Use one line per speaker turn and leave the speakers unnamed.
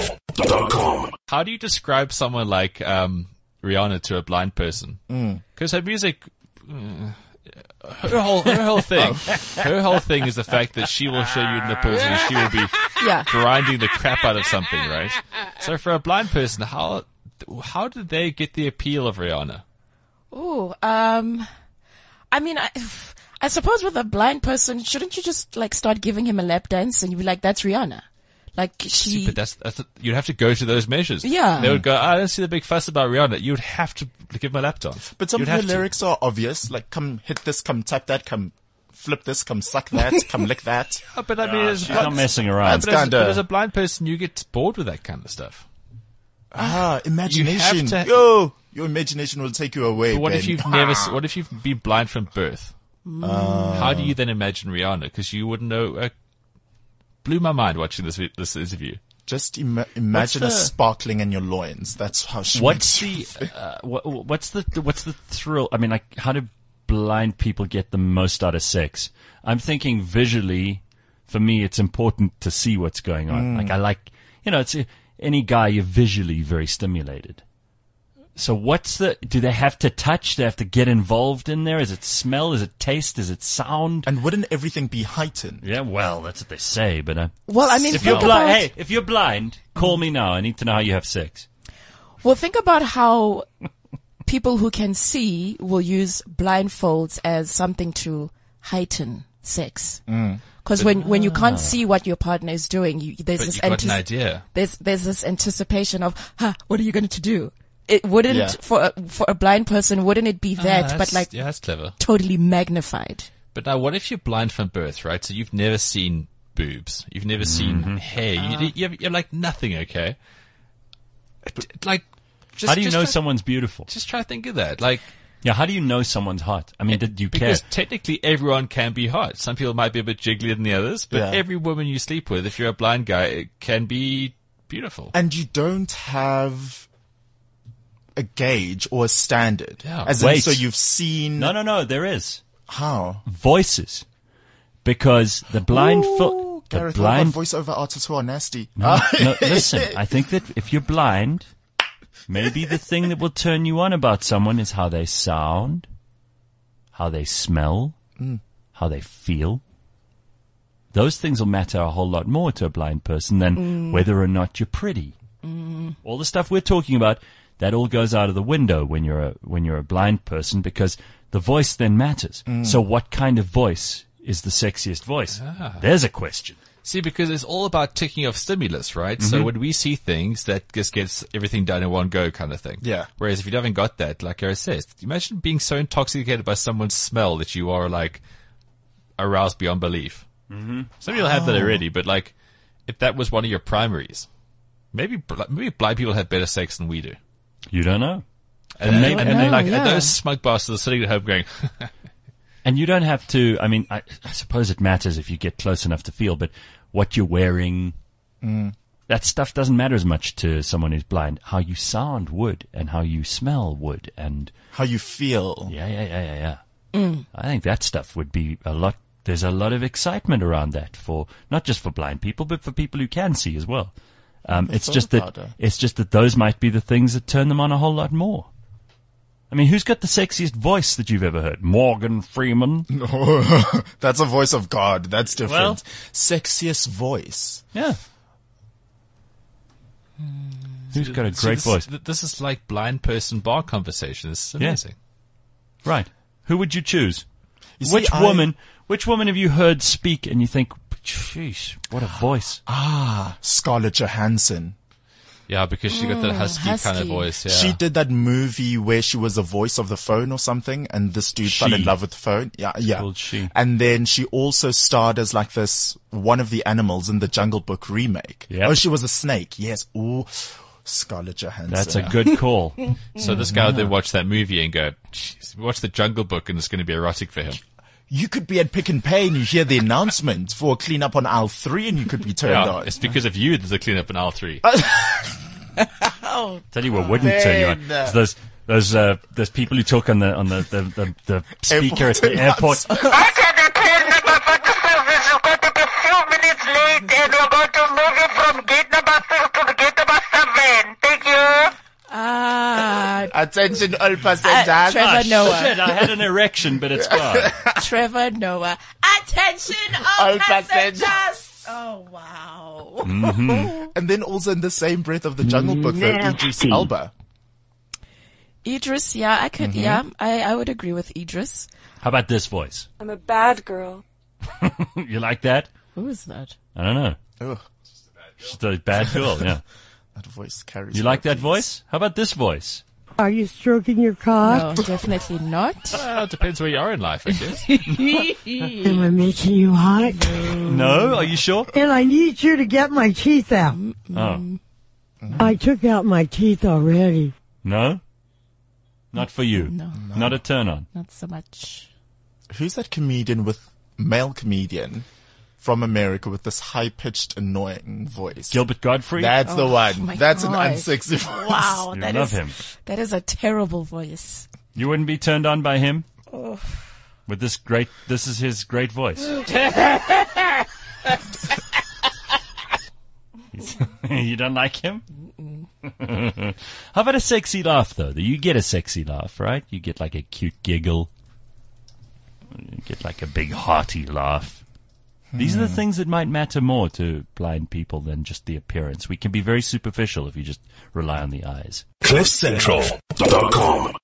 CliffCentral.com.
How do you describe someone like um, Rihanna to a blind person? Because her music, mm, her whole her whole thing, her whole thing is the fact that she will show you nipples and she will be
Yeah.
grinding the crap out of something, right? So for a blind person, how how did they get the appeal of Rihanna?
Ooh, um, I mean, I, I suppose with a blind person, shouldn't you just like start giving him a lap dance and you'd be like, that's Rihanna? Like
See,
she,
but that's, that's you'd have to go to those measures.
Yeah.
they would go. "Ah, I don't see the big fuss about Rihanna. You'd have to give my lap dance.
But some
You'd
of her
have to.
lyrics are obvious, like come hit this, come tap that, come flip this, come suck that, come lick that.
Oh, but I mean, as, a
She's
blind-
not messing around.
That's-
but, as,
kinda-
but as a blind person, you get bored with that kind of stuff.
Ah, imagination.
to-
Yo, your imagination will take you away.
But what
ben.
if you've never? s- What if you've been blind from birth?
Mm.
How do you then imagine Rihanna? Because you wouldn't know. Uh, blew my mind watching this vi- this interview.
just ima- imagine a
What's the-
sparkling in your loins? That's how she.
What's
makes you
the uh, what, what's the what's the thrill? I mean, like how do blind people get the most out of sex? I'm thinking visually. For me, it's important to see what's going on. Like I like, you know, it's uh, any guy you're visually very stimulated. So what's the? Do they have to touch? They have to get involved in there. Is it smell? Is it taste? Is it sound?
And wouldn't everything be heightened?
Yeah, well, that's what they say. But uh,
well, I mean,
if you're
think
blind,
about-
hey, if you're blind, call me now. I need to know how you have sex.
Well, think about how people who can see will use blindfolds as something to heighten sex.
Mm.
Because when, when you can't see what your partner is doing, you, there's
Ah. But
this
you got an
antici-
idea.
There's there's this anticipation of, huh, what are you going to do? It wouldn't
Yeah.
for a, for a blind person, wouldn't it be
Ah,
that, but
that's-
like
yeah, that's clever.
totally magnified?
But now, what if you're blind from birth, right? So you've never seen boobs, you've never seen
Mm-hmm.
hair, you, you have, you're like nothing, okay? D- Like, just,
How do you
just
know
try,
someone's beautiful?
Just try to think of that, like
Yeah, how do you know someone's hot? I mean, did you care?
because technically everyone can be hot. Some people might be a bit jigglier than the others, but
Yeah.
every woman you sleep with, if you're a blind guy, it can be beautiful.
And you don't have a gauge or a standard.
Yeah.
As in,
Wait.
so you've seen
No, no, no. There is
how
voices because the blind fo- the
Gareth,
blind.
what about voiceover artists who are nasty.
no, no, listen, I think that if you're blind, maybe the thing that will turn you on about someone is how they sound, how they smell, how they feel. Those things will matter a whole lot more to a blind person than whether or not you're pretty. all the stuff we're talking about that all goes out of the window when you're a, when you're a blind person because the voice then matters. So what kind of voice is the sexiest voice? There's a question.
See, because it's all about ticking off stimulus, right? So when we see things, that just gets everything done in one go kind of thing.
Yeah.
Whereas if you haven't got that, like Eric says, imagine being so intoxicated by someone's smell that you are like aroused beyond belief. Mm-hmm. Some people have that already, but like if that was one of your primaries, maybe, bl- maybe blind people have better sex than we do.
You don't know.
And,
maybe-
and, and then
No,
like
yeah.
those smug bastards are sitting at home going,
And you don't have to, I mean, I, I suppose it matters if you get close enough to feel, but what you're wearing, that stuff doesn't matter as much to someone who's blind. How you sound would and how you smell would and
how you feel.
Yeah, yeah, yeah, yeah, yeah. I think that stuff would be a lot. There's a lot of excitement around that for not just for blind people, but for people who can see as well. Um, it's
thought
just
about
that
that.
it's just that those might be the things that turn them on a whole lot more. I mean, who's got the sexiest voice that you've ever heard? Morgan Freeman.
That's a voice of God. That's different.
Well-
Sexiest voice.
Yeah. Who's got a
So
great
this,
voice?
th- This is like blind person bar conversation. This is
Yeah.
amazing.
Right. Who would you choose?
You see,
which
I-
woman? Which woman have you heard speak and you think, "Jeez, what a voice"?
Scarlett Johansson.
Yeah, because she got that husky, kind
husky.
of voice. Yeah.
She did that movie where she was the voice of the phone or something, and this dude fell in
She.
love with the phone. Yeah, yeah.
Called She.
And then she also starred as like this one of the animals in the Jungle Book remake.
Yep.
Oh, she was a snake. Yes. Ooh, Scarlett Johansson.
That's a good call.
So this guy would then watch that movie and go, "Jeez, watch the Jungle Book and it's going to be erotic for him.
you could be at Pick and Pay and you hear the announcement for a cleanup on aisle three, and you could be turned
Yeah,
on.
it's because of you there's a cleanup in R3.
Tell you what wouldn't turn you on.
Ben.
It's those those uh, those people who talk on the on the the, the, the speaker at the airport.
Airport
I said the train number 47 is going to be few minutes late and we're going to move it from gate number
Attention, all
Uh,
passengers.
Ah, Trevor Noah.
Shit, Oh, I had an erection, but it's gone.
Trevor Noah. Attention, all
All
passengers. Oh wow.
and then also in the same breath of the Jungle Book, E though, Idris Elba.
Idris, yeah, I could, yeah, I, I would agree with Idris.
How about this voice?
I'm a bad girl.
You like that?
Who is that?
I don't know.
Oh,
Just a bad girl, yeah.
that voice carries.
You like that
herpes.
voice? How about this voice?
Are you stroking your cock?
No, definitely not.
Well, it depends where you are in life, I guess.
Am I making you hot?
No? Are you sure?
And I need you to get my teeth out.
Oh.
I took out my teeth already.
No? Not for you.
No.
Not a turn on.
Not so much.
Who's that comedian with male comedian from America with this high pitched, annoying voice?
Gilbert Godfrey?
That's the
Oh my
one. That's
God.
an unsexy voice.
Wow,
you
that
love
is
him.
that is a terrible voice.
You wouldn't be turned on by him? With this great, this is his great voice. you don't like him? How about a sexy laugh though? You get a sexy laugh, right? You get like a cute giggle. You get like a big hearty laugh. These are the things that might matter more to blind people than just the appearance. We can be very superficial if you just rely on the eyes.
CliffCentral.com.